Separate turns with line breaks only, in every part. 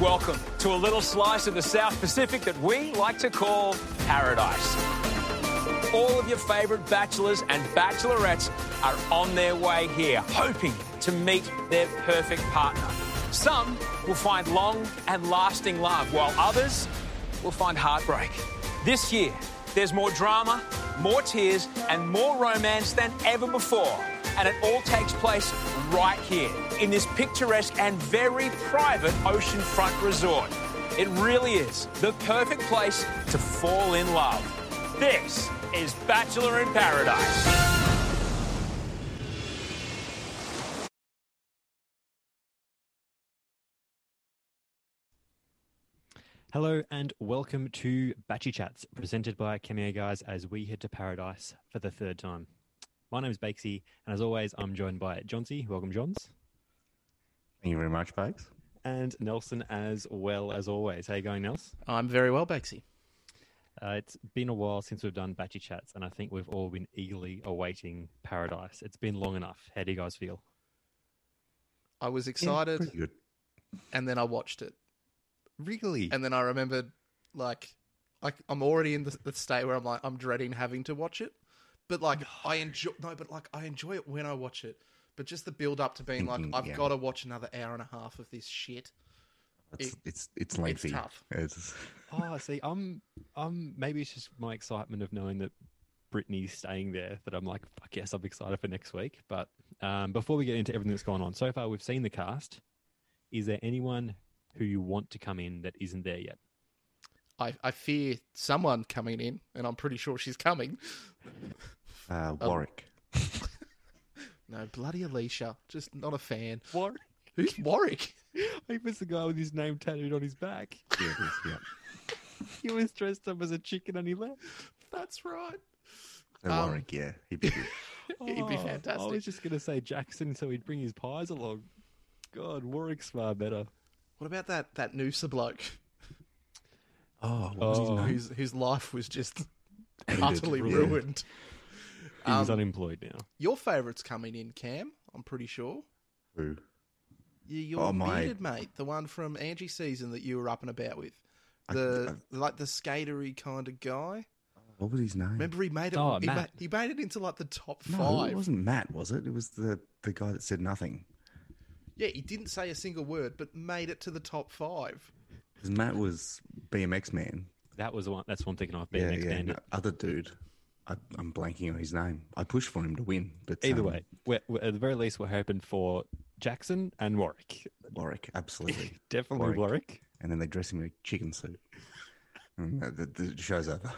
welcome to a little slice of the South Pacific that we like to call paradise. All of your favourite bachelors and bachelorettes are on their way here, hoping to meet their perfect partner. Some will find long and lasting love, while others will find heartbreak. This year, there's more drama, more tears, and more romance than ever before. And it all takes place right here in this picturesque and very private oceanfront resort. It really is the perfect place to fall in love. This is Bachelor in Paradise.
Hello and welcome to Batchy Chats, presented by Cameo Guys as we head to paradise for the third time. My name is Bakesy, and as always, I'm joined by Johnsy. Welcome, Johns.
Thank you very much, Bakes.
And Nelson as well as always. How you going, Nels?
I'm very well, Bexy.
Uh, it's been a while since we've done Batchy Chats, and I think we've all been eagerly awaiting paradise. It's been long enough. How do you guys feel?
I was excited,
Pretty good.
and then I watched it,
Really?
and then I remembered, like, like I'm already in the, the state where I'm like, I'm dreading having to watch it, but like I enjoy no, but like I enjoy it when I watch it, but just the build up to being
Thinking,
like, I've
yeah.
got to watch another hour and a half of this shit.
it's,
it-
it's it's lengthy.
tough.
It's-
Oh, see, I'm, I'm. Maybe it's just my excitement of knowing that Brittany's staying there that I'm like, fuck yes, I'm excited for next week. But um, before we get into everything that's gone on so far, we've seen the cast. Is there anyone who you want to come in that isn't there yet?
I, I fear someone coming in, and I'm pretty sure she's coming.
uh,
Um,
Warwick.
No, bloody Alicia, just not a fan.
Warwick.
Who's Warwick?
He was the guy with his name tattooed on his back.
Yeah, it is, yeah.
He was dressed up as a chicken and he left.
That's right.
So
Um,
Warwick, yeah. He'd be good.
He'd be
Oh, I
fantastic.
was just gonna say Jackson, so he'd bring his pies along. God, Warwick's far better.
What about that that Noosa bloke?
Oh, what
was his Oh. name?
whose whose life was just
Ended,
utterly
yeah.
ruined.
He was
Um,
unemployed now.
Your favourite's coming in, Cam. I'm pretty sure.
Who?
You, your
Oh, my-
bearded mate, the one from Angie season that you were up and about with,
I-
the like the skatery kind of guy.
What was his name?
Remember, he made it.
Oh,
he, made,
Matt.
he made it into like the top
no,
five.
it wasn't Matt, was it? It was the, the guy that said nothing.
Yeah, he didn't say a single word, but made it to the top five.
'Cause Matt was BMX man.
That was the one. That's one thing I've been
Yeah,
next
yeah.
man.
no, other dude. I, I'm blanking on his name. I pushed for him to win, but
Either
um,
way, we're, we're- at the very least, we're hoping for Jackson and Warwick.
Warwick, absolutely.
Definitely Warwick.
Warwick. and then they dress him in a chicken suit. And the, the the show's over.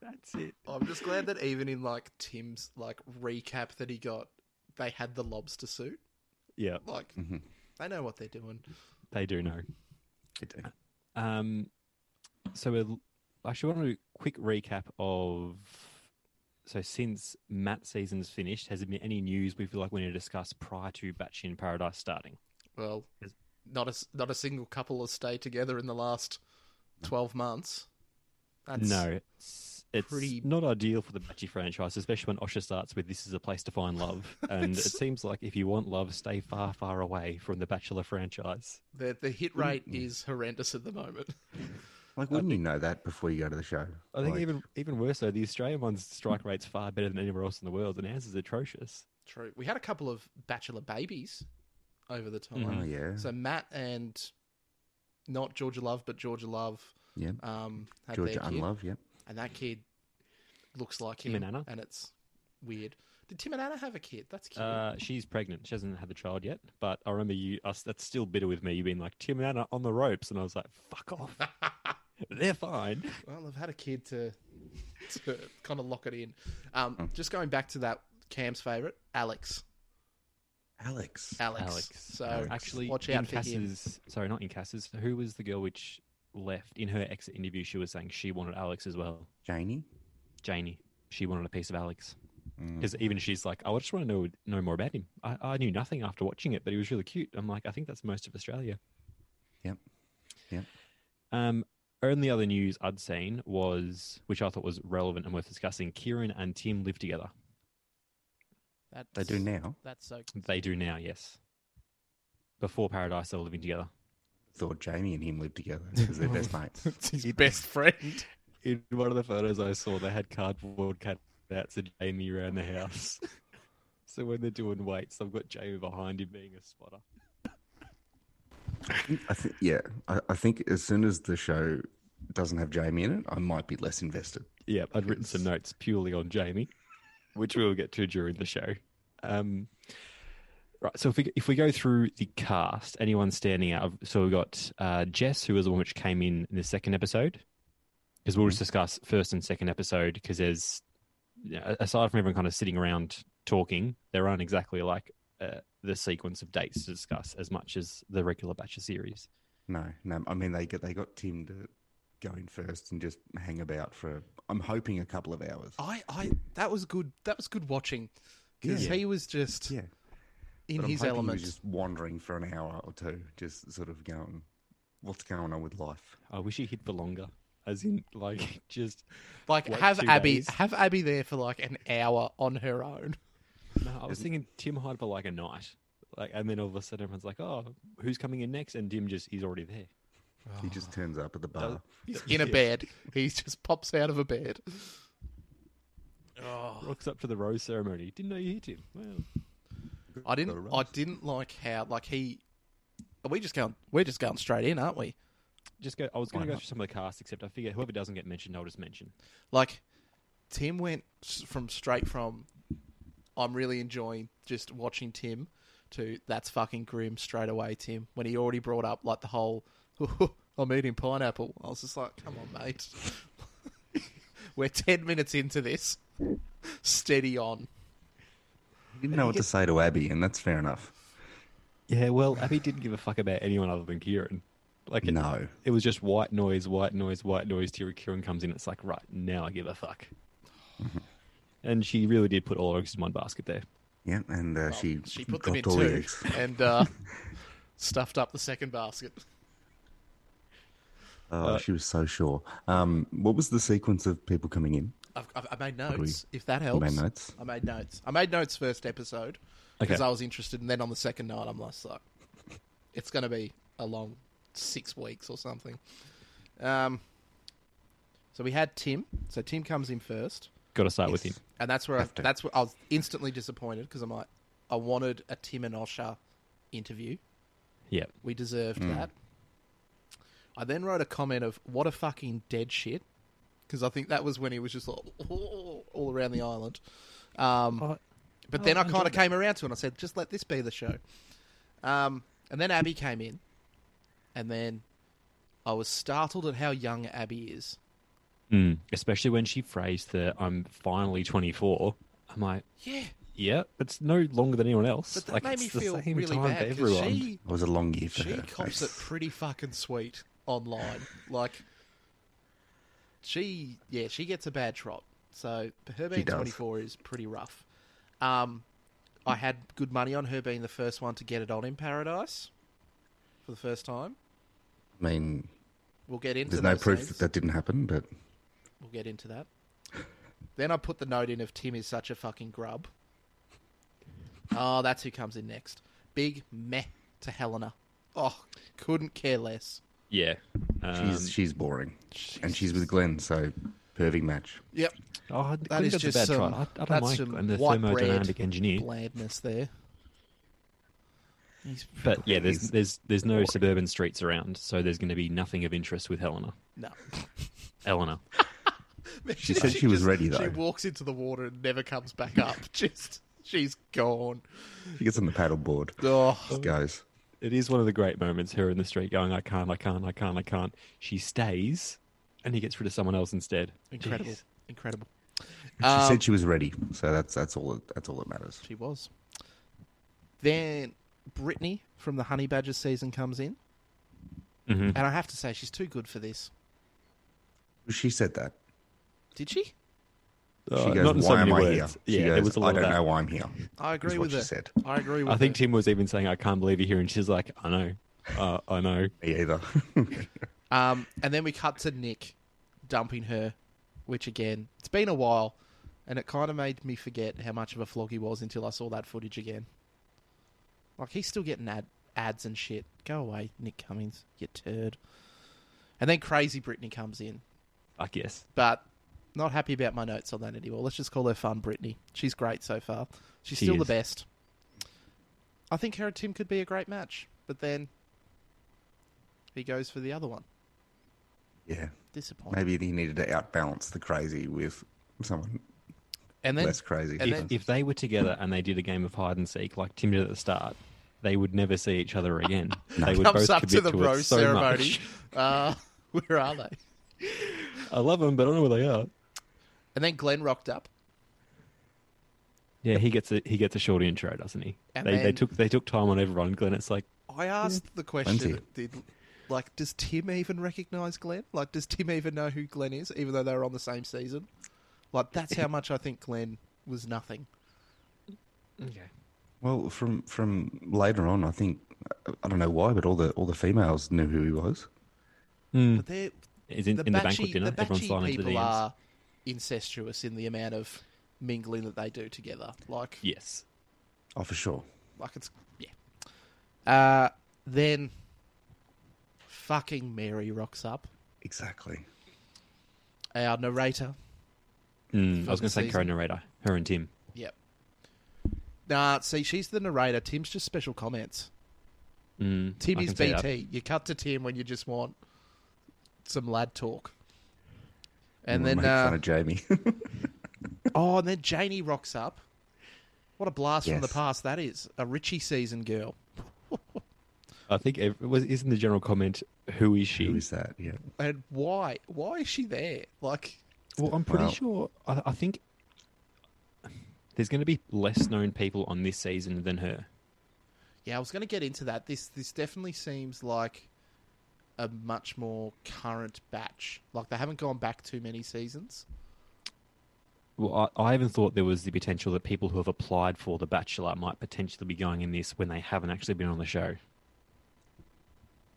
That's it.
I'm just glad that even in like Tim's like recap that he got, they had the lobster suit.
Yeah,
Like
Mhm.
they know what they're doing.
they do know.
It did.
Um, so we're, I actually want to do a quick recap of. So since Matt season's finished, has there been any news we feel like we need to discuss prior to Batch in Paradise starting?
Well,
Is-
not a s- not a single couple has stayed together in the last twelve months. That's,
no, it's, it's
pretty-
not ideal for the Batchy franchise, especially when Osha starts with "This is a place to find love," and it
It's-
seems like if you want love, stay far, far away from the Bachelor franchise.
the the hit rate is horrendous at the moment.
Like, wouldn't you know that before you go to the show?
I think
Like,
even even worse though, the Australian one's strike rate's far better than anywhere else in the world, and ours is atrocious.
True, we had a couple of bachelor babies over the time.
Oh yeah,
So Matt and not Georgia Love, but Georgia Love,
yeah.
um, had
Georgia
their kid,
Unlove, yep.
and that kid looks like
Tim
him,
and Anna?
it's weird. Did Tim and Anna have a kid? That's cute.
Uh, she's pregnant. She hasn't had the child yet, but I remember you. Us, that's still bitter with me. You being like Tim and Anna on the ropes, and I was like, "Fuck off, they're fine."
Well, I've had a kid to, to kind of lock it in.
Hmm.
Um, just going back to that Cam's favorite, Alex.
Alex.
Alex.
Alex.
So
Alex.
Actually,
watch
in
out for him.
Cass's, sorry, not in Cass's. Who was the girl which left in her exit interview? She was saying she wanted Alex as well.
Janie.
Janie, she wanted a piece of Alex
Mm.
because even she's like, "Oh, "I just want to know know more about him." I, I knew nothing after watching it, but he was really cute. I'm like, I think that's most of Australia.
Yep. Yep.
Um, only other news I'd seen was, which I thought was relevant and worth discussing. Kieran and Tim live together.
That's,
They do now.
That's so.
They do now, yes. Before Paradise, they were living together.
thought Jamie and him lived together because they're best mates.
It's his best friend.
In one of the photos I saw, they had cardboard cutouts of Jamie around the house. so when they're doing weights, I've got Jamie behind him being a spotter.
I think, yeah, I, I think as soon as the show doesn't have Jamie in it, I might be less invested.
Yeah, I'd written some notes purely on Jamie, which we will get to during the show. Um, right, so if we if we go through the cast, anyone standing out? of- So we've got uh, Jess, who was the one which came in in the second episode, because we'll just discuss first and second episode. Because there's yeah, aside from everyone kind of sitting around talking, there aren't exactly like uh, the sequence of dates to discuss as much as the regular Batcher series.
No, no. I mean, they got they got Tim to go in first and just hang about for. I'm hoping a couple of hours.
I, I, that was good. That was good watching because
Yeah.
he was just
yeah,
in
but I'm hoping
his
he was
element.
just wandering for an hour or two, just sort of going, "What's going on with life?"
I wish he hid for longer, as in like just
Like
Wait
have
two
Abby,
days.
have Abby there for like an hour on her own.
No, I was thinking Tim Hyde for like a night. Like, and then all of a sudden everyone's like, "Oh, who's coming in next?" And Tim just he's already there.
Oh.
He just turns up at the bar.
He's in a
Yeah.
bed. He just pops out of a bed.
Rocks up to the rose ceremony. Didn't know you hit him. Well,
I
Got a
didn't. I
rose.
didn't like how like he. Are we just going? We're just going straight in, aren't we?
just go. I was going
Why
to go
not?
through some of the cast, except I figure whoever doesn't get mentioned, I'll just mention.
Like Tim went s- from straight from. I'm really enjoying just watching Tim to that's fucking grim straight away, Tim. When he already brought up like the whole, I'm eating pineapple. I was just like, come on, mate. We're ten minutes into this. Steady on.
He didn't know what to say to Abby, and that's fair enough.
Yeah, well, Abby didn't give a fuck about anyone other than Kieran. Like, it,
No,
it was just white noise, white noise, white noise. Till Kieran comes in, it's like, right now I give a fuck. and she really did put all her eggs in one basket there.
yeah, and uh, she
She put them in
dropped all the
two
eggs.
and uh, stuffed up the second basket.
Oh,
Uh,
she was so sure. Um, what was the sequence of people coming in?
I've, I've, I made notes. If that
You
helps,
made notes.
I made notes. I made notes first episode because
Okay.
I was interested, and then on the second night, I'm like, "Suck." It's going to be a long six weeks or something. Um, so we had Tim. So Tim comes in first,
Got to start with him.
Yes.
and that's where I,
Have to.
that's where I was instantly disappointed because I'm like, I wanted a Tim and Osha interview.
Yeah,
We deserved
Hmm.
that. I then wrote a comment of "What a fucking dead shit," because I think that was when he was just like "Oh," all around the island. Um,
Oh,
but
oh,
then I
I
kind of
enjoyed
came around to it. and I said, "Just let this be the show." Um, and then Abby came in, and then I was startled at how young Abby is.
Mm. Especially when she phrased the "I'm finally 24." I'm like,
Yeah,
yeah, it's no longer than anyone else.
but that
like,
made
it's
me
the
feel
same
really
time
bad
for
'cause
everyone.
she
It was a long year for
She
her.
cops it pretty fucking sweet online. Like, she, yeah, she gets a bad trot. So her being
does.
24 is pretty rough. Um, I had good money on her being the first one to get it on in Paradise for the first time.
I mean,
We'll get into
There's no
those
proof
things.
that that didn't happen, but
We'll get into that. Then I put the note in of Tim is such a fucking grub. Oh, that's who comes in next. Big meh to Helena. Oh, couldn't care less.
Yeah. Uh,
she's
Um,
she's boring, and she's with Glenn, so perfect match.
Yep.
oh,
That is just
a bad
some,
try. I, I don't
that's
like
some
I'm the
white
thermodynamic
bread
engineer.
blandness there. He's-
But yeah, there's
He's-
there's there's no suburban streets around, so there's going to be nothing of interest with Helena.
no.
Helena.
She said she was
just-
ready,
She
though.
walks into the water and never comes back up. Just she's gone.
She gets on the paddleboard,
Oh,
just goes.
it is one of the great moments. Her in the street going, "I can't, I can't, I can't, I can't." She stays, and he gets rid of someone else instead.
incredible,
Jeez.
incredible.
She
Um,
said she was ready, so that's that's all that- that's all that matters.
She was. Then Brittany from the Honey Badger season comes in,
Mm-hmm.
Mhm.
and I have to say she's too good for this.
She said that.
Did she?
Uh,
She goes,
not in so
"Why am
many
I
words.
here?" She
yeah, there
goes,
was a lot
"I
of
don't
that.
know why I'm here."
I agree
what
with
she
her.
said.
I agree with
I think
her.
Tim was even saying, "I can't believe you're here," and she's like, "I know, uh, I know."
Me either.
Oh. Um, and then we cut to Nick dumping her, which again, it's been a while, and it kind of made me forget how much of a flog he was until I saw that footage again. Like he's still getting ad- ads and shit. Go away, Nick Cummings, you turd. And then crazy Brittany comes in,
Fuck yes.
but not happy about my notes on that anymore. Let's just call her fun Brittany. She's great so far. She's
She
still the
is.
best. I think her and Tim could be a great match, but then he goes for the other one.
Yeah.
Disappointing.
Maybe he needed to outbalance the crazy with someone
And then
less crazy.
and then-
If they were together and they did a game of hide and seek like Tim did at the start, they would never see each other again. They would
comes
both
up to
commit
the
it
bro
so
ceremony.
much.
Uh, where are they?
I love them, but I don't know where they are.
And then Glenn rocked up.
Yeah, he gets a he gets a short intro, doesn't he?
And
they, they
then-
took they took time on everyone. Glenn, it's like
I asked the question:
Plenty.
Did like does Tim even recognize Glenn? Like, does Tim even know who Glenn is, even though they were on the same season? Like, that's how much I think Glenn was nothing.
okay,
Well, from from later on, I think I don't know why, but all the all the females knew who he was.
But they're
is Hmm. in,
the
in the
batchy,
banquet dinner.
the
everyone's
batchy
sliding into the
people
DMs.
are incestuous in the amount of mingling that they do together. Like,
Yes,
Oh, for sure.
Like it's yeah. Uh, then fucking Mary rocks up.
Exactly.
Our narrator.
Mm, I
For
was
the
going to say
season.
co-narrator, her and Tim.
Yep. Nah, see, she's the narrator. Tim's just special comments.
Mm,
Tim
I
is
can see that.
BT. You cut to Tim when you just want some lad talk. And
We'll
then,
make fun
uh,
of Jamie.
oh, and then Janie rocks up. What a blast from the
Yes.
past that is. A Richie season girl.
I think ev- was isn't the general comment who is she?
who is that? Yeah.
And why? Why is she there? Like,
Well, I'm pretty
Wow.
sure. I, I think there's going to be less known people on this season than her.
Yeah, I was going to get into that. This this definitely seems like a much more current batch. Like they haven't gone back too many seasons.
Well, I, I even thought there was the potential that people who have applied for The Bachelor might potentially be going in this when they haven't actually been on the show.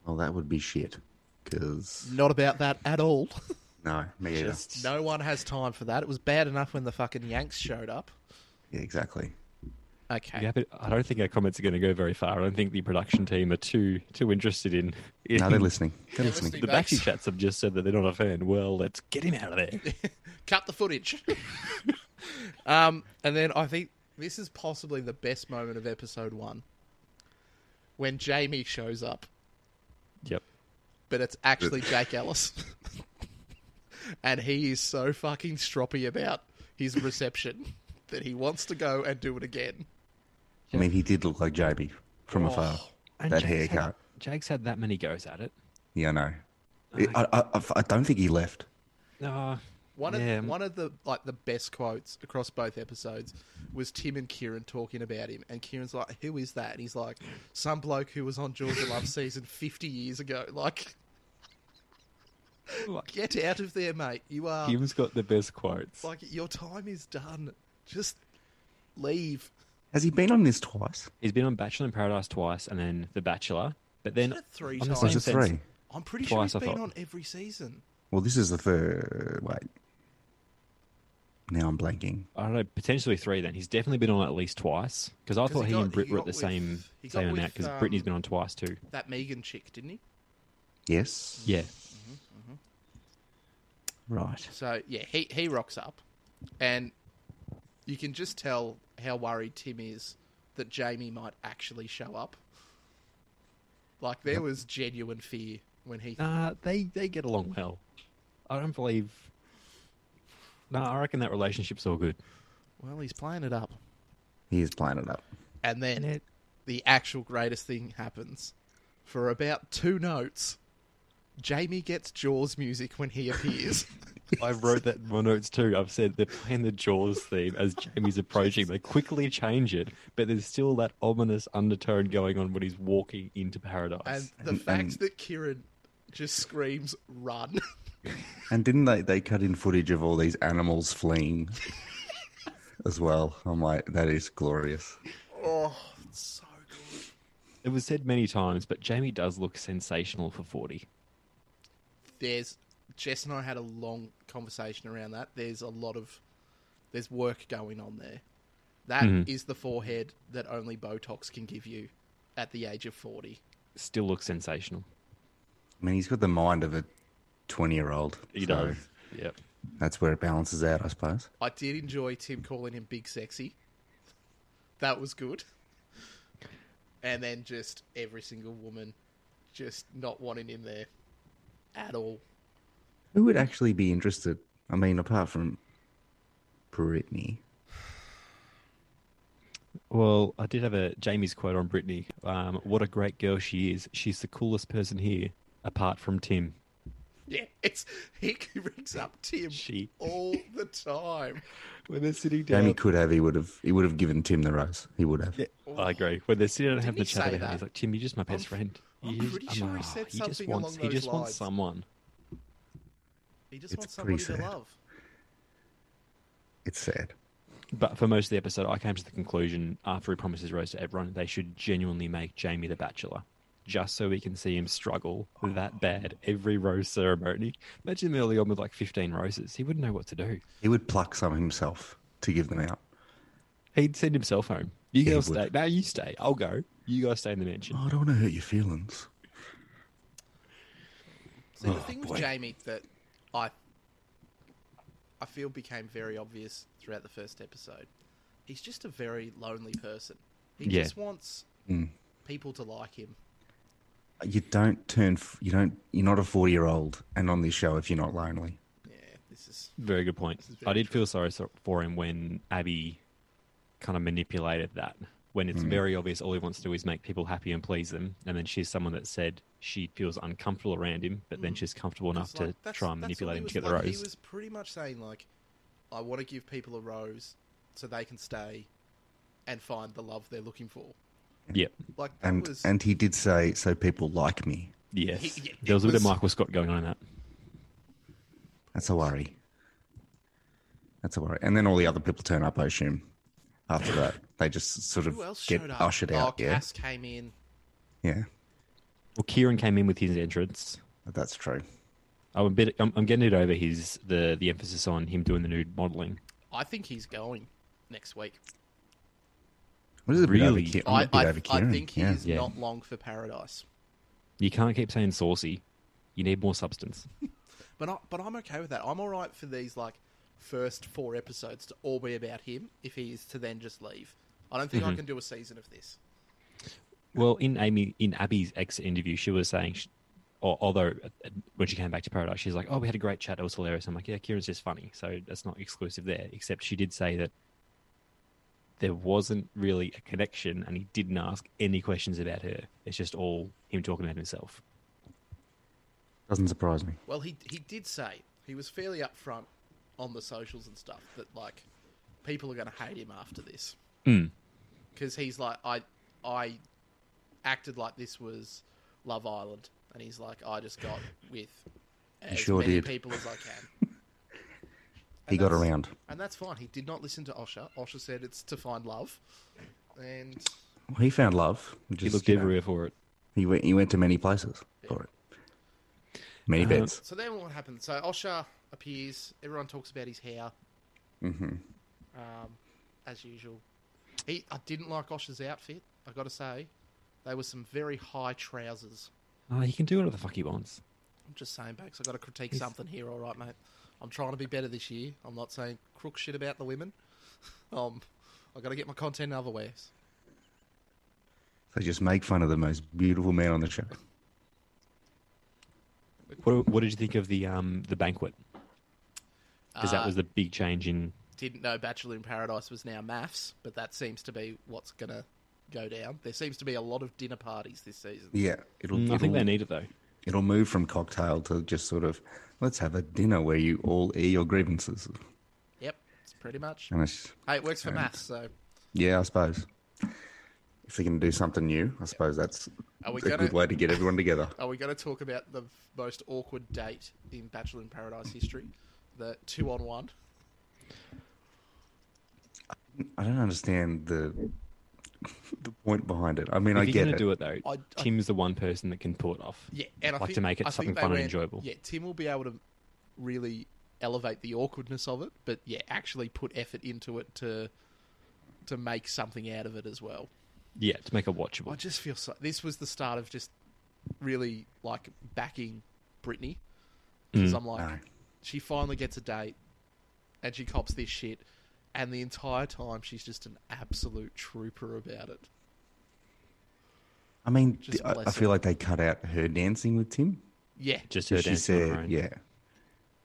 Well, that would be shit. Because
Not about that at all.
no, me either.
no one has time for that. It was bad enough when the fucking Yanks showed up.
Yeah, exactly.
Okay.
Yeah, but I don't think our comments are going to go very far. I don't think the production team are too too interested in. in
No, they're listening. They're
They're
listening.
The
Thanks.
backseat chats have just said that they're not a fan. Well, let's get him out of there.
Cut the footage. um, and then I think this is possibly the best moment of episode one when Jamie shows up.
yep.
but it's actually Jake Ellis. and he is so fucking stroppy about his reception that he wants to go and do it again.
I mean, he did look like Jamie
Oh.
from afar. that haircut.
Had, Jake's had that many goes at it.
Yeah, I know. It- I, I, I, I don't think he left.
No.
One
Yeah.
of one of the like the best quotes across both episodes was Tim and Kieran talking about him, and Kieran's like, "Who is that?" And he's like, "Some bloke who was on Georgia Love season fifty years ago." Like,
Like-
get out of there, mate! You are
Kim's got the best quotes.
like your time is done. Just leave.
Has he been on this twice?
He's been on Bachelor in Paradise twice, and then The Bachelor. But then
it three
on the
times?
Or
same
is it
sense-
three?
I'm pretty
Twice,
sure
I
he's been
thought.
on every season.
Well, this is the third. Wait. Now I'm blanking.
I don't know, potentially three. Then he's definitely been on at least twice because I
'Cause
thought
he
he,
got-
and Britt
he
were at
got
the
with-
same
he got
same
with,
amount because
um,
Brittany's been on twice too.
That Megan chick, didn't he?
Yes.
Yeah,
Right.
So yeah, he he rocks up, and you can just tell how worried Tim is that Jamie might actually show up. Like there was genuine fear when he.
nah, they they get along well. I don't believe. Nah, I reckon that relationship's all good.
Well, he's playing it up,
He is playing it up.
and then the actual greatest thing happens. For about two notes, Jamie gets Jaws music when he appears.
I wrote that in my notes too. I've said they're playing the Jaws theme as Jamie's approaching. They quickly change it, but there's still that ominous undertone going on when he's walking into paradise.
And the fact that Kieran just screams "run"
And didn't they, they cut in footage of all these animals fleeing as well? I'm like, that is glorious.
Oh, so good.
it was said many times, but Jamie does look sensational for 40.
There's Jess and I had a long conversation around that. There's a lot of there's work going on there. That is the forehead that only Botox can give you. at the age of 40.
Still looks sensational.
I mean, he's got the mind of a 20 year old.
He does. Yep.
That's where it balances out, I suppose.
I did enjoy Tim calling him Big Sexy. That was good. And then just every single woman just not wanting him there at all.
Who would actually be interested? I mean, apart from Britney.
Well, I did have a Jamie's quote on Brittany. Um, what a great girl she is. She's the coolest person here, apart from Tim.
Yeah, it's he rings up Tim
She.
all the time.
When they're sitting down,
Jamie could have. He would have. He would have given Tim the rose. He would have.
I agree. When they're sitting down
oh. Didn't
having
he
the chat
say
about it, he's
that?
like, "Tim, you're just my best friend."
I'm
You just-
pretty sure he
like,
said
"Ah, he just
something
wants,
along
He
those
just wants
lines."
someone.
He just
It's
wants somebody
pretty
to
sad.
love.
It's sad.
But for most of the episode, I came to the conclusion after he promises Rose to everyone, they should genuinely make Jamie the Bachelor, just so we can see him struggle that bad every rose ceremony. Imagine him early on with like 15 roses. He wouldn't know what to do.
He would pluck some himself to give them out.
He'd send himself home. You guys
would.
stay. No, you stay. I'll go. You guys stay in the mansion.
Oh, I don't want to hurt your feelings.
See, the
Oh,
thing
boy.
with Jamie that I I feel became very obvious throughout the first episode, he's just a very lonely person. He
Yeah. Mm.
just wants people to like him.
You don't turn. f- You don't. You're not a 40 year old, and on this show, if you're not lonely,
Yeah, this is
Very good point.
is
I
very
did feel sorry so- for him when Abby kind of manipulated that. When it's very obvious all he wants to do is make people happy and please them, and then she's someone that said she feels uncomfortable around him, but then she's comfortable enough
it's like,
to
Mm. that's-
try and
that's
manipulate him
what
to
he
get
was
the
like.
rose.
He was pretty much saying like, "I want to give people a rose so they can stay and find the love they're looking for."
Yep.
Like that
and
was
and he did say so. People like me.
Yes.
He- yeah,
there
it
was a bit of
was-
Michael Scott going on in that.
That's a worry. That's a worry. And then all the other people turn up. I assume after that, they just sort of
who else
get
showed up?
ushered out.
Oh,
yeah,
Cass came in.
yeah.
Well, Kieran came in with his entrance.
That's true.
I'm a bit. I'm, I'm getting it over his the the emphasis on him doing the nude modelling.
I think he's going next week.
What is it?
Really?
Bit over, Ki-
I,
a bit
I,
over
I
Kieran.
think he's
Yeah.
yeah.
not long for paradise.
You can't keep saying saucy. You need more substance.
But I, but I'm okay with that. I'm all right for these like first four episodes to all be about him if he is to then just leave. I don't
Mm-hmm.
think I can do a season of this.
Well, in Amy, in Abby's exit interview, she was saying, she, al- although uh, when she came back to Paradise, she's like, "Oh, we had a great chat. It was hilarious." I'm like, "Yeah, Kieran's just funny, so that's not exclusive there." Except she did say that there wasn't really a connection, and he didn't ask any questions about her. It's just all him talking about himself.
Doesn't surprise me.
Well, he he did say he was fairly upfront on the socials and stuff that like people are going to hate him after this
Mm.
because he's like I I acted like this was Love Island, and he's like I just got with as
sure
many
did.
people as I can.
He got
that's-
around.
And that's fine. He did not listen to Osha. Osha said it's to find love. And
Well, he found love. Just,
He looked
you know,
everywhere for it.
He went. He went to many places for it.
Uh,
Many beds.
so then what happens? So Osha appears. Everyone talks about his hair. Mm-hmm. Um, as usual. He, I didn't like Osha's outfit, i got to say. They were some very high trousers.
Oh, he can do whatever the fuck he wants.
I'm just saying, Bax, i got to critique something here, all right, mate. I'm trying to be better this year. I'm not saying crook shit about the women. Um, i got to get my content other ways.
So just make fun of the most beautiful man on the show.
What, what did you think of the um the banquet? Because that was the big change in.
didn't know Bachelor in Paradise was now maths, but that seems to be what's going to go down. There seems to be a lot of dinner parties this season.
Yeah, it'll.
Mm, I
it'll,
think they need it though.
it'll move from cocktail to just sort of let's have a dinner where you all air your grievances.
Yep, it's pretty much.
And it's,
Hey, it works for maths, so
yeah, I suppose if they're going to do something new, I suppose that's
Are
a
we gonna-
good way to get everyone together.
are we going to talk about the most awkward date in Bachelor in Paradise history? The two on one.
I don't understand the the point behind it. I mean, I
if you're
get
gonna
it.
do it though,
I- I-
Tim's the one person that can pull it off.
Yeah, and I
like
think,
to make it
I think
something
they
fun
went-
and enjoyable.
Yeah, Tim will be able to really elevate the awkwardness of it, but yeah, actually put effort into it to to make something out of it as well.
Yeah, to make it watchable.
I just feel so. This was the start of just really like backing Britney because I'm like,
No.
she finally gets a date, and she cops this shit, and the entire time she's just an absolute trooper about it.
I mean,
Just
I, I
bless
feel
her.
like they cut out her dancing with Tim.
Yeah,
Just her
Because she
dancing on her
said,
own.
yeah.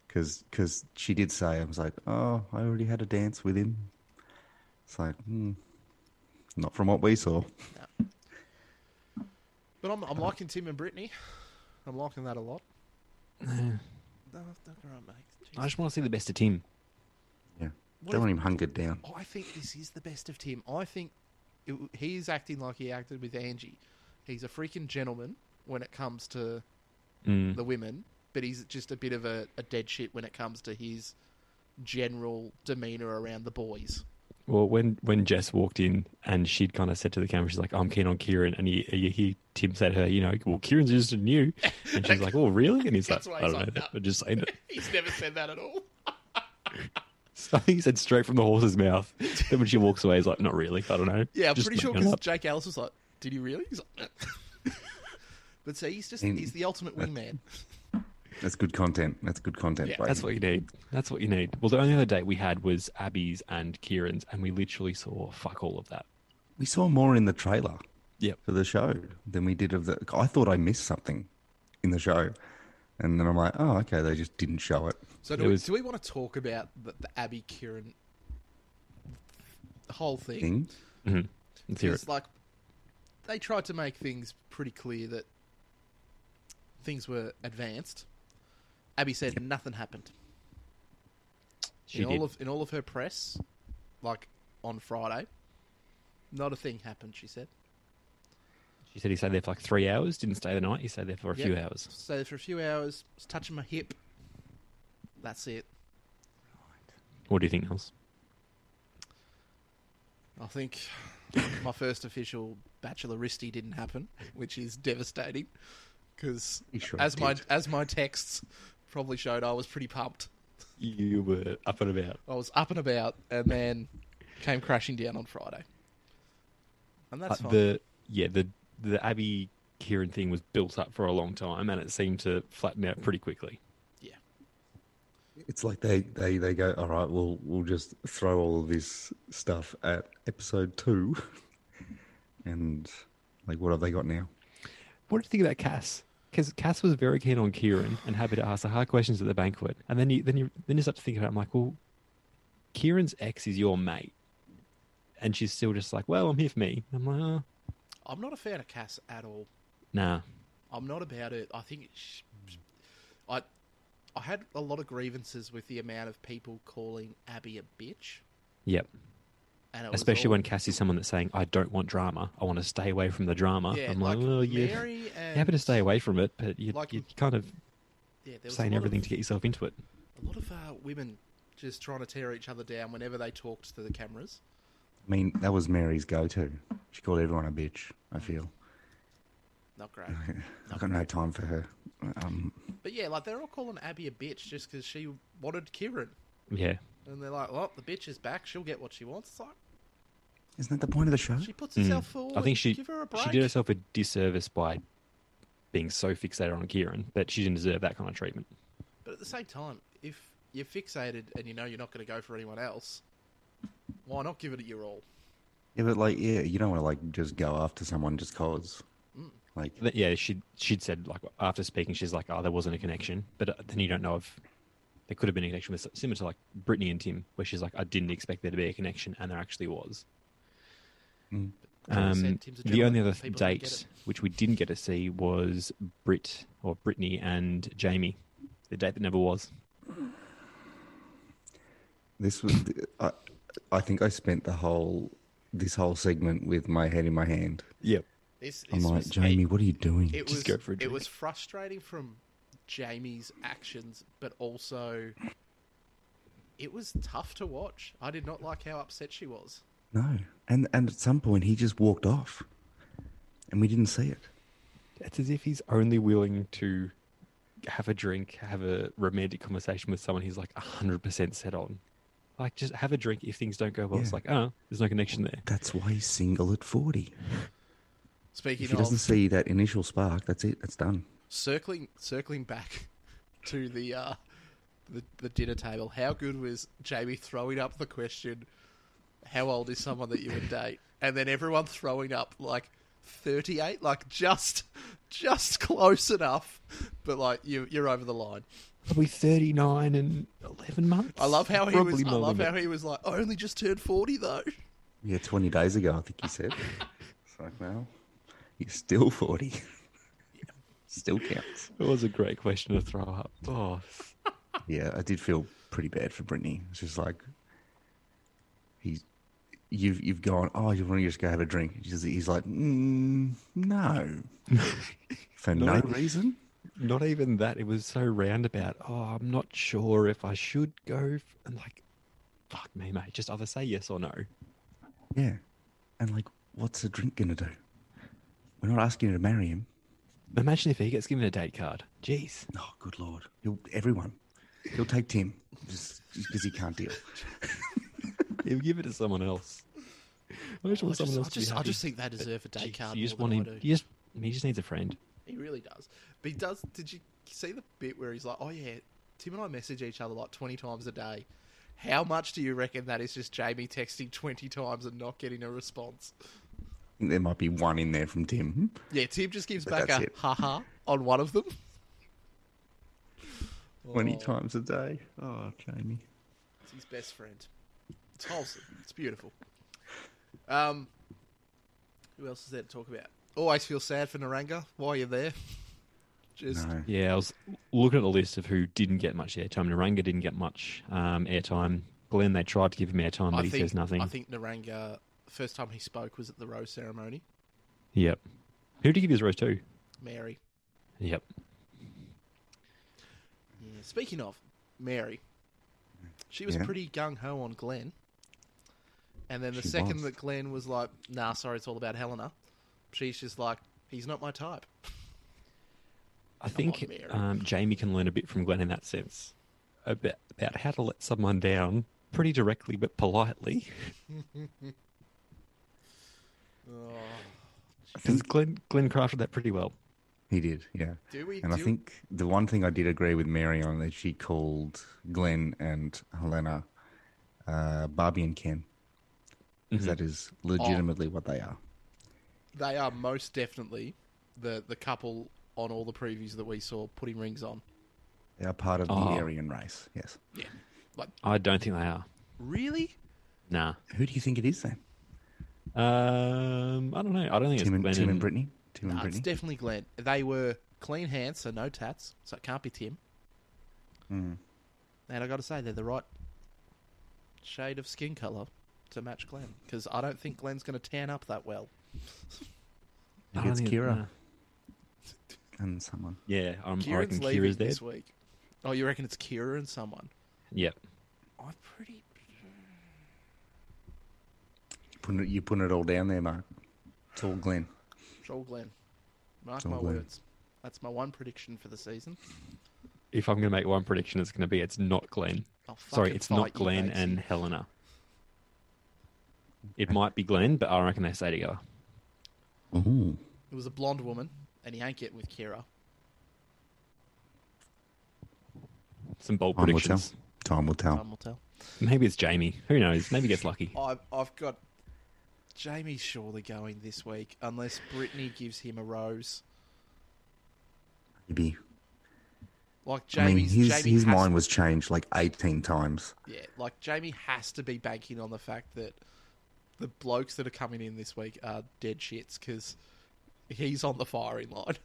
Because she did say, I was like, oh, I already had a dance with him. It's like, hmm, not from what we saw.
but I'm I'm liking Tim and Britney. I'm liking that a lot. no, that's all right, mate. Jeez.
I just want to see the best of Tim.
Yeah.
What
Don't
if-
want him hunkered down.
I think this is the best of Tim. I think it, he is acting like he acted with Angie. He's a freaking gentleman when it comes to
Mm.
the women, but he's just a bit of a, a dead shit when it comes to his general demeanor around the boys.
Well, when when Jess walked in and she'd kind of said to the camera, she's like, "I'm keen on Kieran," and you, you hear Tim say to her, "You know, well, Kieran's just new," and she's like, "Oh, really?" And he's like,
That's why
"I
he's
don't know,
like that."
I just saying it."
He's never said that at all.
So he said straight from the horse's mouth. then when she walks away, he's like, "Not really, I don't know."
Yeah, I'm
Just
pretty sure
making it
because
up.
Jake Ellis was like, "Did he really?" He's like, "No." but see, he's
In-
just—he's the ultimate wingman.
That's good content. That's good content.
Yeah,
Blake.
That's what you need. That's what you need. Well, the only other date we had was Abby's and Kieran's, and we literally saw fuck all of that.
we saw more in the trailer
Yep.
for the show than we did of the. I thought I missed something in the show. And then I'm like, oh, okay, they just didn't show it.
So do,
It
we,
was-
do we want to talk about the, the Abby Kieran whole thing?
Thing.
Let's hear it.
Because, like they tried to make things pretty clear that things were advanced. Abby said nothing happened
She
in
did.
all of in all of her press, like on Friday. Not a thing happened. She said.
She said he stayed there for like three hours, didn't stay the night. He stayed there for a few
Yep.
hours.
Stayed there for a few hours. Was touching my hip. That's it.
What do you think, else?
I think my first official bacheloristy didn't happen, which is devastating. Because
He sure
as my
did.
as my texts probably showed, I was pretty pumped.
You were up and about.
I was up and about, and then came crashing down on Friday. And that's
Uh,
fine.
the yeah the the Abby Kieran thing was built up for a long time, and it seemed to flatten out pretty quickly.
yeah,
It's like they, they, they go, all right, we'll, we'll just throw all of this stuff at episode two. and like, what have they got now?
What do you think about Cass? Because Cass was very keen on Kieran and happy to ask the hard questions at the banquet, and then you then you then you start to think about it, I'm like, well, Kieran's ex is your mate, and she's still just like, well, I'm here for me. I'm like, oh,
I'm not a fan of Cass at all.
nah,
I'm not about it. I think it's, I, I had a lot of grievances with the amount of people calling Abby a bitch,
yep.
and it was
Especially
all-
when Cass is someone that's saying, I don't want drama. I want to stay away from the drama.
yeah,
I'm
like,
like, well, yeah.
Mary and
You're happy to stay away from it, but you,
Like-
you're kind of
yeah, there was a
saying
lot
everything
of-
to get yourself into it.
a lot of uh, women just trying to tear each other down whenever they talked to the cameras.
I mean, that was Mary's go to. She called everyone a bitch, I feel.
Not great.
I've got no time for her. Um,
but yeah, like they're all calling Abby a bitch just because she wanted Kieran.
Yeah.
And they're like, well, the bitch is back. She'll get what she wants. It's like,
isn't that the point of the show?
she puts herself forward.
Mm. I think she
Give her a break.
she did herself a disservice by being so fixated on Kieran that she didn't deserve that kind of treatment.
But at the same time, if you're fixated and you know you're not going to go for anyone else, why not give it your all?
Yeah, but like, yeah, you don't want to like just go after someone just cause. Like,
But yeah, she she'd said like after speaking, she's like, "Oh, there wasn't a connection," but uh, then you don't know if there could have been a connection with similar to like Brittany and Tim, where she's like, "I didn't expect there to be a connection," and there actually was.
Like I said,
Um,
Tim's a
the
gentleman.
only other
People don't get
date
it.
which we didn't get to see was Brit or Brittany and Jamie, the date that never was.
this was, I, I think I spent the whole, this whole segment with my head in my hand.
Yep.
This,
I'm
this
like,
was-
Jamie, what are you doing?
it
Just
was
go for a
it
drink.
was frustrating from Jamie's actions, but also it was tough to watch. I did not like how upset she was.
no. And and at some point, he just walked off, and we didn't see it.
It's as if he's only willing to have a drink, have a romantic conversation with someone he's like 100% set on. Like, just have a drink if things don't go well. It's like, oh, there's no connection there.
That's why he's single at 40.
Speaking
If he
of
doesn't see that initial spark, that's it. That's done.
circling circling back to the uh, the, the dinner table, how good was Jamie throwing up the question, "How old is someone that you would date?" And then everyone throwing up like thirty eight, like just just close enough, but like you you're over the line.
Probably 39 and 11 months.
I love how he was. I
more
love
than
how he was like, "I only just turned forty though."
Yeah, 20 days ago, I think he said. it's like, well, you're still 40. still counts.
that. It was a great question to throw up. Oh,
Yeah, I did feel pretty bad for Brittany. It's just like, he's. You've you've gone. Oh, you want to just go have a drink? He's just- He's like, mm, no, for no reason.
not even that. It was so roundabout. Oh, I'm not sure if I should go. f- And like, fuck me, mate. Just either say yes or no.
Yeah. And like, what's a drink gonna do? We're not asking you to marry him.
Imagine if he gets given a date card. Jeez.
Oh, good lord! He'll everyone. He'll take Tim just because he can't deal.
He'll give it to someone else. I just
I
want someone
just, I
else to be
just, I
happy.
just think they deserve a day
Jeez,
card.
You
more
just
than
want
I
him.
do.
You just, he just needs a friend.
He really does. But he does. Did you see the bit where he's like, "Oh yeah, Tim and I message each other like twenty times a day." How much do you reckon that is just Jamie texting twenty times and not getting a response?
There might be one in there from Tim.
Yeah, Tim just gives
But
back a
that's it.
haha on one of them.
Twenty
Oh,
times a day. Oh, Jamie.
It's his best friend. It's wholesome. It's beautiful. Um, who else is there to talk about? Always feel sad for Naranga. Why are you there? Just
No.
Yeah, I was looking at the list of who didn't get much airtime. Naranga didn't get much um, airtime. Glenn, they tried to give him airtime, but
I
he
think
says nothing.
I think Naranga first time he spoke was at the rose ceremony.
Yep. Who did he give his rose to?
Mary.
Yep.
Yeah. Speaking of Mary, she was
Yeah.
pretty gung ho on Glenn, and then the
She
second
was.
that Glenn was like, "Nah, sorry, it's all about Helena," she's just like, "He's not my type."
I think
Mary.
um, Jamie can learn a bit from Glenn in that sense about, about how to let someone down pretty directly but politely.
Oh,
Because Glenn, Glenn crafted that pretty well.
He did. Yeah.
Do we?
And I
do-
think the one thing I did agree with Mary on that she called Glenn and Helena uh, Barbie and Ken. 'Cause
Mm-hmm.
that is
Oh.
legitimately what they are.
they are most definitely the the couple on all the previews that we saw putting rings on.
They are part of the
Oh.
Aryan race. Yes.
Yeah, like
I don't think they are.
really?
Nah.
Who do you think it is then?
Um, I don't know. I don't think
Tim
it's
and,
Glenn
Tim
and,
and Brittany. Tim and
Nah, it's
Brittany.
definitely Glenn. They were clean hands, so no tats, so it can't be Tim.
Mm.
And I got to say, they're the right shade of skin color to match Glenn, because I don't think Glenn's going to tan up that well.
I
It's
don't think-
Kira.
nah.
and someone.
Yeah, I'm, I
Kieran's
reckon
leaving
Kira's there.
this week. Oh, you reckon it's Kira and someone?
Yep.
I'm pretty.
Putting it, you putting it all down there, Mark. It's all Glenn.
It's all Glenn. Mark
all
my
Glenn.
words. That's my one prediction for the season.
If I'm going to make one prediction, it's going to be it's not Glenn.
I'll
Sorry,
fucking
it's
fight
not
you,
Glenn
babes.
and Helena. It might be Glenn, but I reckon they stay together.
Ooh.
It was a blonde woman, and he ain't getting with Kira.
Some bold
Time will tell.
predictions.
Time will tell.
Time will tell.
Maybe it's Jamie. Who knows? Maybe he gets lucky.
I've, I've got Jamie's surely going this week, unless Brittany gives him a rose.
Maybe.
Like
I mean,
Jamie's,
his
Jamie
his
has,
mind was changed like eighteen times.
yeah. Like Jamie has to be banking on the fact that the blokes that are coming in this week are dead shits because he's on the firing line.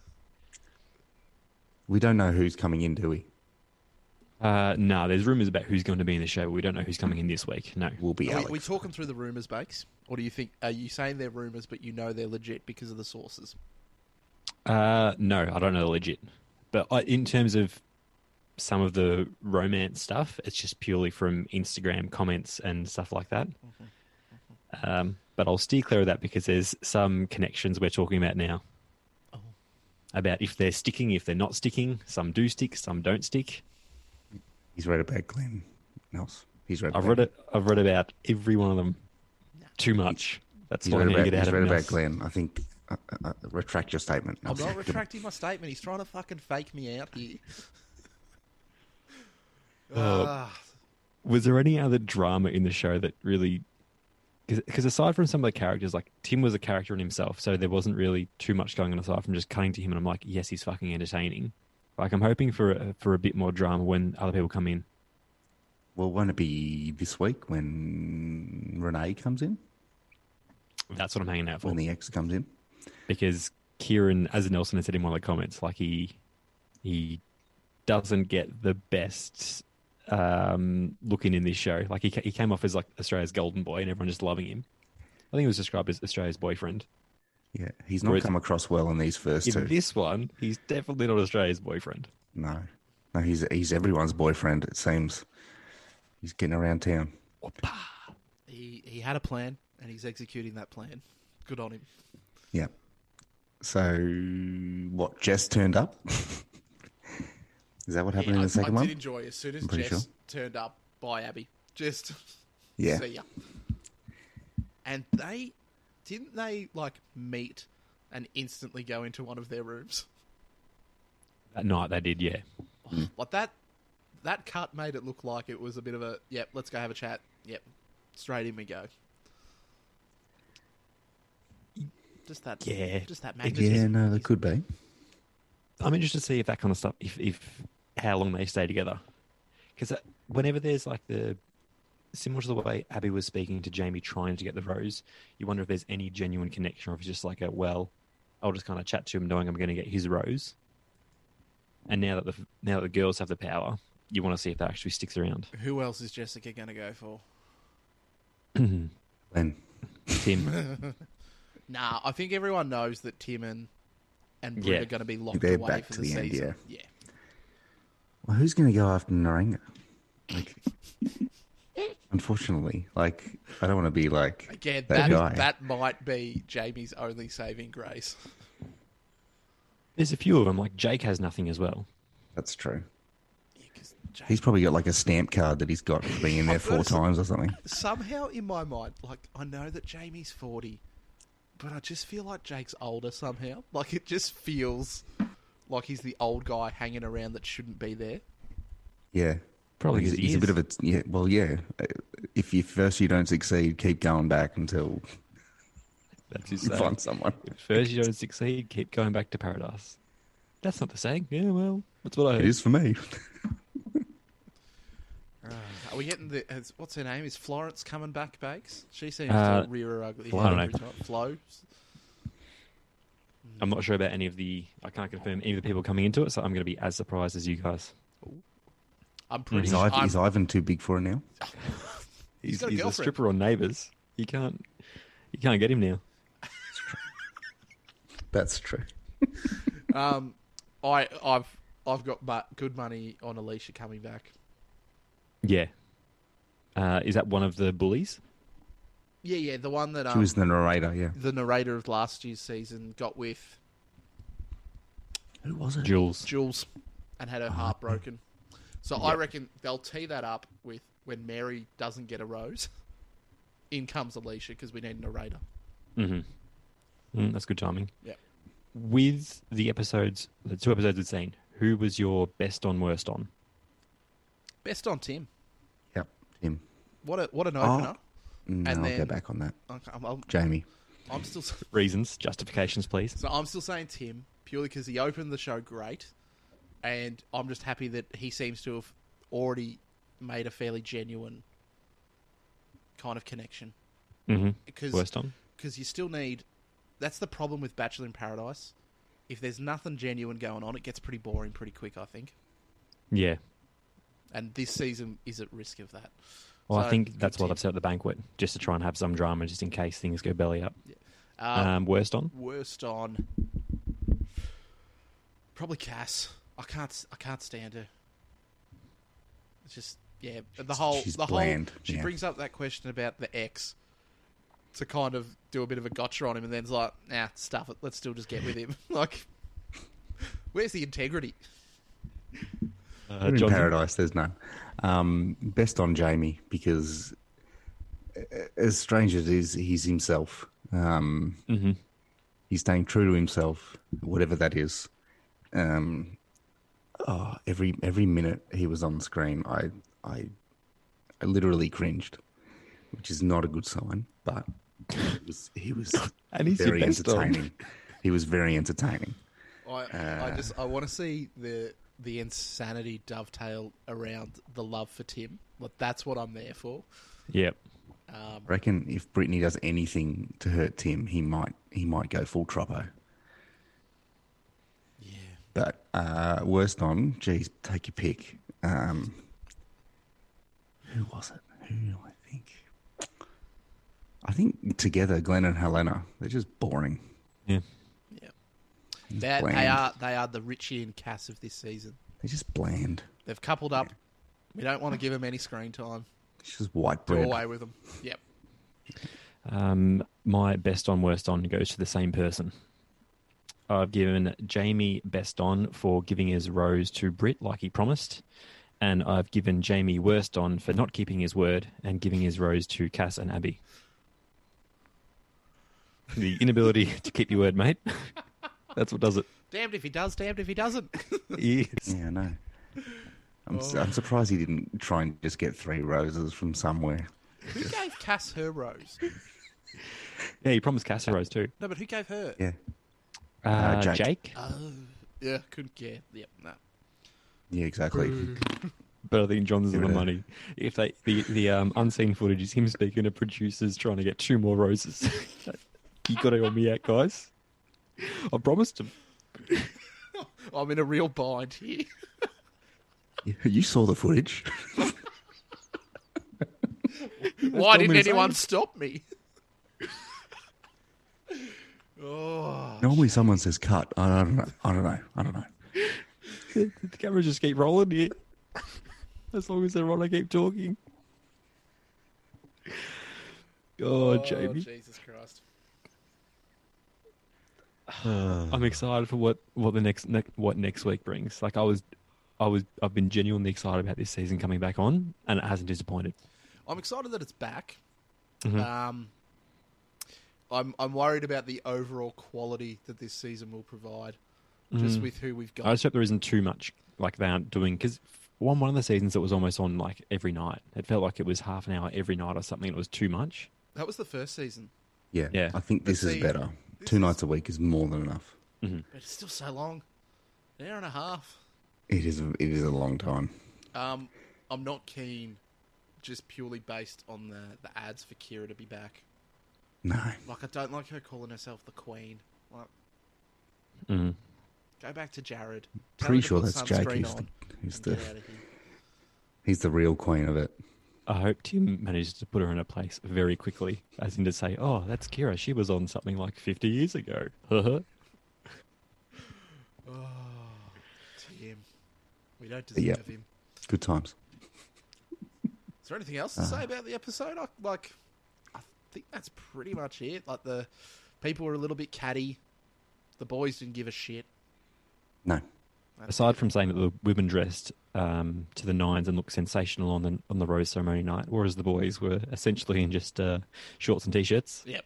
We don't know who's coming in, do we?
Uh, no, there's rumours about who's going to be in the show, but we don't know who's coming in this week. No.
Will be
Are
Alex.
we, we talking through the rumors, bakes, or do you think are you saying they're rumors, but you know they're legit because of the sources?
Uh, no, I don't know the legit. But I, in terms of some of the romance stuff, it's just purely from Instagram comments and stuff like that. Um, but I'll steer clear of that because there's some connections we're talking about now. About if they're sticking, if they're not sticking. Some do stick, some don't stick.
He's right about Glenn Nels. He's read.
I've
about-
read it. I've read about every one of them. Too much. That's
He's
what I
read
need
about.
to get
He's
out of
read
it.
about Glenn. I think. Uh, uh, uh, retract your statement.
I'm
I'll
not
sack him.
retracting my statement. He's trying to fucking fake me out here.
Uh,
Ah,
was there any other drama in the show that really because aside from some of the characters like tim was a character in himself so there wasn't really too much going on aside from just cutting to him and i'm like yes he's fucking entertaining like i'm hoping for a, for a bit more drama when other people come in
Well, won't it be this week when Renee comes in?
that's what i'm hanging out for
When the ex comes in?
because kieran as nelson has said in one of the comments like he he doesn't get the best um looking in this show like he, ca- he came off as like australia's golden boy and everyone just loving him i think he was described as australia's boyfriend
Yeah, he's not
Whereas-
come across well in these first
In
two.
this one, he's definitely not Australia's boyfriend.
No, no, he's he's everyone's boyfriend. It seems he's getting around town.
he he had a plan and he's executing that plan. Good on him.
Yeah. So what? Jess turned up. Is that what happened in
I,
the second
I
one?
did enjoy as soon as
pretty
Jess
sure.
turned up by Abby. Just
Yeah.
see ya. And they didn't they like meet and instantly go into one of their rooms.
That night Uh, they did, yeah.
Like that that cut made it look like it was a bit of a yep, let's go have a chat. Yep. Straight in we go. Just that
Yeah.
Just that magnetism.
Yeah, no, that could be.
I'm interested to see if that kind of stuff, if, if how long they stay together. Because whenever there's like the similar to the way Abby was speaking to Jamie trying to get the rose, you wonder if there's any genuine connection or if it's just like a well, I'll just kind of chat to him knowing I'm going to get his rose. And now that the now that the girls have the power, you want to see if that actually sticks around.
Who else is Jessica gonna go for?
Then
Tim,
Nah, I think everyone knows that Tim and and Brit
Yeah.
are going to be locked
They're
away
back
for
to
the,
the end,
season. yeah.
well, who's going to go after Naranga? Like, unfortunately, like I don't want to be like
Again,
that,
that
guy.
that might be Jamie's only saving grace.
there's a few of them. Like Jake has nothing as well.
That's true.
Yeah, 'cause Jamie-
He's probably got like a stamp card that he's got for being in there four
Honestly.
times or something.
somehow in my mind, like I know that Jamie's forty, but I just feel like Jake's older somehow. Like it just feels like he's the old guy hanging around that shouldn't be there.
Yeah.
Probably
he's,
'cause he
he's a
is.
bit of a yeah. Well, yeah. Uh, If you first you don't succeed, keep going back until
That's his
you find someone.
First you don't succeed, keep going back to paradise. That's not the saying. Yeah, well, that's what I
It
heard.
is for me.
Are we getting the has- what's her name? Is Florence coming back, Bakes? She seems
Uh,
to rear her ugly
I don't
head every
know.
time. Flo.
I'm not sure about any of the. I can't confirm any of the people coming into it, so I'm going to be as surprised as you guys.
I'm pretty.
Is,
sure
Ivan, is Ivan too big for her now?
He's,
got a
he's a
girlfriend.
stripper on Neighbours. You can't, you can't get him now.
That's true.
Um, I I've I've got but good money on Alicia coming back.
Yeah. Uh, is that one of the bullies?
Yeah, yeah, the one that um,
She was the narrator. Yeah.
the narrator of last year's season got with
Who was it?
Jules.
Jules and had her heart broken. So I reckon they'll tee that up with when Mary doesn't get a rose. In comes Alicia because we need a narrator.
Mm, that's good timing.
Yeah.
With the episodes, the two episodes we've seen, who was your best on, worst on?
Best on Tim.
Yep. Him.
What a what an
Oh,
opener.
No,
And
I'll go
then-
back on that.
Okay, I'm, I'm,
Jamie.
I'm still so
Reasons, justifications, please.
I'm still saying Tim purely because he opened the show great, and I'm just happy that he seems to have already made a fairly genuine kind of connection.
hmm
Because
Worst on.
because you still need. That's the problem with Bachelor in Paradise. If there's nothing genuine going on, it gets pretty boring pretty quick, I think.
Yeah.
And this season is at risk of that.
Well, I
So,
think
good
that's why
team.
they've set up the banquet, just to try and have some drama, just in case things go belly up.
Uh,
Um, worst on?
worst on probably Cass. I can't. I can't stand her. It's just yeah. The whole.
she's
the
bland,
whole. She
yeah.
brings up that question about the ex to kind of do a bit of a gotcha on him, and then's like, nah, stuff it. Let's still just get with him. like, where's the integrity?
Uh,
We're in
Johnson?
Uh, paradise. There's none. Um, best on Jamie because, a- a- as strange as it is, he's himself. Um,
Mm-hmm.
He's staying true to himself, whatever that is. Um, oh, every every minute he was on screen, I I I literally cringed, which is not a good sign. But he was he was
And he's your
very
best on.
entertaining. He was very entertaining.
I, I just
Uh.
I want to see the the insanity dovetail around the love for Tim. Like that's what I'm there for.
Yep.
I reckon if Brittany does anything to hurt Tim, he might he might go full troppo.
Yeah.
But uh, worst on, geez, take your pick. Um, who was it? Who do I think? I think together, Glenn and Helena. They're just boring.
Yeah.
Yeah. That they
bland.
are they are the Richie and Cass of this season.
They're just bland.
They've coupled up. We don't want to give them any screen time.
It's just white
Do
bread.
away with them. Yep.
Um, my best on worst on goes to the same person. I've given Jamie best on for giving his rose to Brit like he promised, and I've given Jamie worst on for not keeping his word and giving his rose to Cass and Abby. The inability to keep your word, mate. That's what does it.
Damned if he does, damned if he doesn't.
Yes.
Yeah, I know. I'm, su- I'm surprised he didn't try and just get three roses from somewhere.
who gave Cass her rose?
Yeah, you promised Cass a rose too.
No, but who gave her?
Yeah,
Uh,
Jake.
Jake.
Oh, yeah, couldn't care. Yep, no.
yeah, exactly.
but I think John's on the
Give it a-
money. If they the the um, unseen footage is him speaking to producers trying to get two more roses. you got to help me out, guys. I promised him.
I'm in a real bind here.
You saw the footage.
Why
Tell me
didn't
to say
anyone
it.
stop me? oh,
Normally, someone says cut. I don't know. I don't know. I don't know.
The cameras just keep rolling here. As long as they're on, I keep talking. Oh, Jamie,
Jesus Christ.
I'm excited for what what the next ne- what next week brings. Like I was, I was, I've been genuinely excited about this season coming back on, and it hasn't disappointed.
I'm excited that it's back.
Mm-hmm.
Um, I'm I'm worried about the overall quality that this season will provide, just
Mm.
with who we've got.
I just hope there isn't too much like they aren't doing because one one of the seasons it was almost on like every night. It felt like it was half an hour every night or something. and It was too much.
that was the first season.
Yeah,
Yeah.
I think this
see,
is better.
this
Two
is-
nights a week is more than enough.
But it's still so long. An hour and a half.
It is. It is a long time.
Um, I'm not keen, just purely based on the, the ads for Kira to be back.
No,
Like, I don't like her calling herself the Queen. Like, go back to Jared. Tell
Mm-hmm. pretty
him to
sure
put
that's Jake.
sunscreen
He's the,
on
he's
and
the
get out of here.
he's the real queen of it.
I hope Tim manages to put her in a place very quickly, as in to say, "Oh, that's Kira. She was on something like 50 years ago."
Tim, we don't deserve
Yeah.
him.
Good times.
Is there anything else to
Uh-huh.
say about the episode? I, like, I think that's pretty much it. Like, the people were a little bit catty. The boys didn't give a shit.
No,
Aside from saying that the women dressed um, to the nines and looked sensational on the on the rose ceremony night, whereas the boys were essentially in just uh, shorts and t-shirts.
Yep.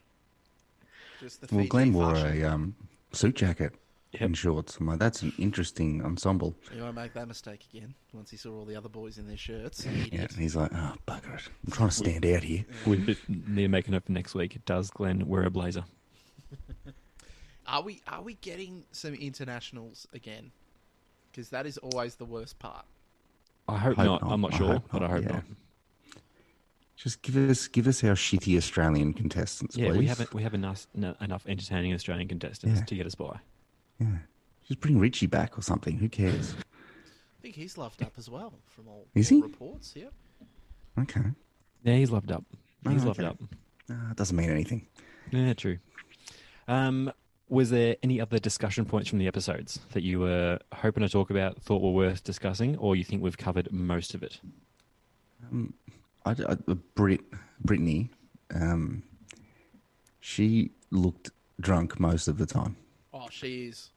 Just the
well,
Fiji
Glenn wore
fashion.
a um, suit jacket
Yep.
and shorts. I'm like, that's an interesting ensemble.
You won't make that mistake again once he saw all the other boys in their shirts.
Yeah,
Idiot.
and he's like, oh bugger it! I'm trying to stand out here.
We need to make a note for next week. Does Glenn wear a blazer?
Are we are we getting some internationals again? Because that is always the worst part.
I hope,
Hope
not.
not.
I'm not
I
sure,
hope
but I
not,
hope
yeah.
not.
Just give us give us our shitty Australian contestants,
Yeah,
please.
we haven't we have enough no, enough entertaining Australian contestants
Yeah.
to get us by.
Just bring Richie back or something. Who cares?
I think he's loved up as well from all,
Is
all
he?
reports. Yeah,
okay,
Yeah, he's loved up. He's loved
okay.
up.
uh, doesn't mean anything.
Yeah, true. Um, was there any other discussion points from the episodes that you were hoping to talk about, thought were worth discussing, or you think we've covered most of it?
I, I, Brit, Brittany, um, she looked drunk most of the time.
Oh, she is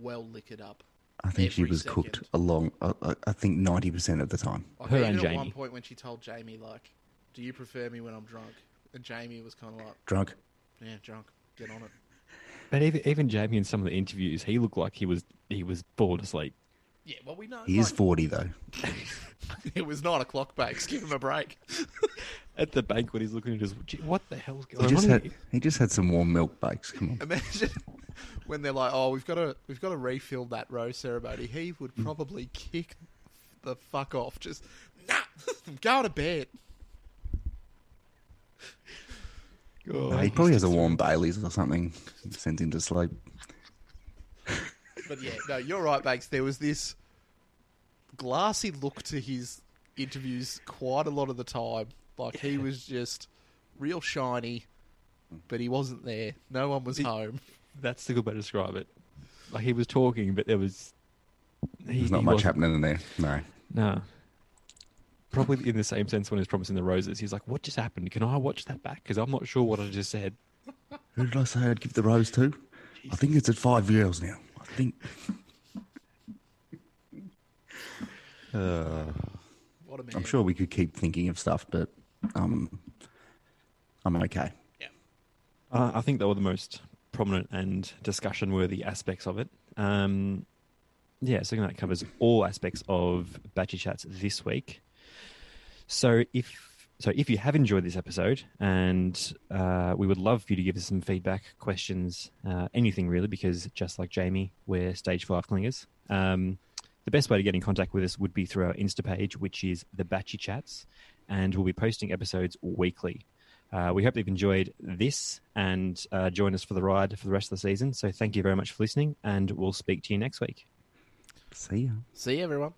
well liquored up.
I think she
Every
was cooked
second.
along. I, I- I think ninety percent of the time.
Like,
Her
even
and
at one
Jamie.
point when she told Jamie, like, do you prefer me when I'm drunk? And Jamie was kind of like,
Drunk.
yeah, drunk. Get on it.
But even even Jamie in some of the interviews, he looked like he was he was bored asleep.
Yeah, well, we know.
He is
like,
forty though.
it was nine o'clock, babes. Give him a break.
At the banquet, he's looking at his. "Gee, What the hell's
He
going
just
on?
had
here?"
he just had some warm milk bakes. Come on.
Imagine when they're like, "Oh, we've got to, we've got to refill that rose ceremony." He would probably kick the fuck off. Just nah, I'm going to bed.
God.
No,
Uh,
he probably has a warm Bailey's or something. Sends him to sleep.
But yeah, no, you're right, Banks. There was this glassy look to his interviews quite a lot of the time. Like he was just real shiny, but he wasn't there. No one was home.
That's the good way to describe it. Like he was talking, but there was. He,
There's not
he
much
wasn't-
happening in there. No.
No. Probably in the same sense when he's promising the roses. He's like, "What just happened? Can I watch that back? Because I'm not sure what I just said."
Who did I say I'd give the rose to? I think it's at five girls now. I think. Uh,
What a man!
I'm sure we could keep thinking of stuff, but um, I'm okay.
Uh, I think they were the most prominent and discussion worthy aspects of it. Um, yeah, so that covers all aspects of Batchy Chats this week. So if so, if you have enjoyed this episode, and uh, we would love for you to give us some feedback, questions, uh, anything really, because just like Jamie, we're stage five clingers. Um, the best way to get in contact with us would be through our Insta page, which is the Batchy Chats, and we'll be posting episodes weekly. Uh, we hope that you've enjoyed this and uh, join us for the ride for the rest of the season. So thank you very much for listening, and we'll speak to you next week.
See ya.
See you, everyone.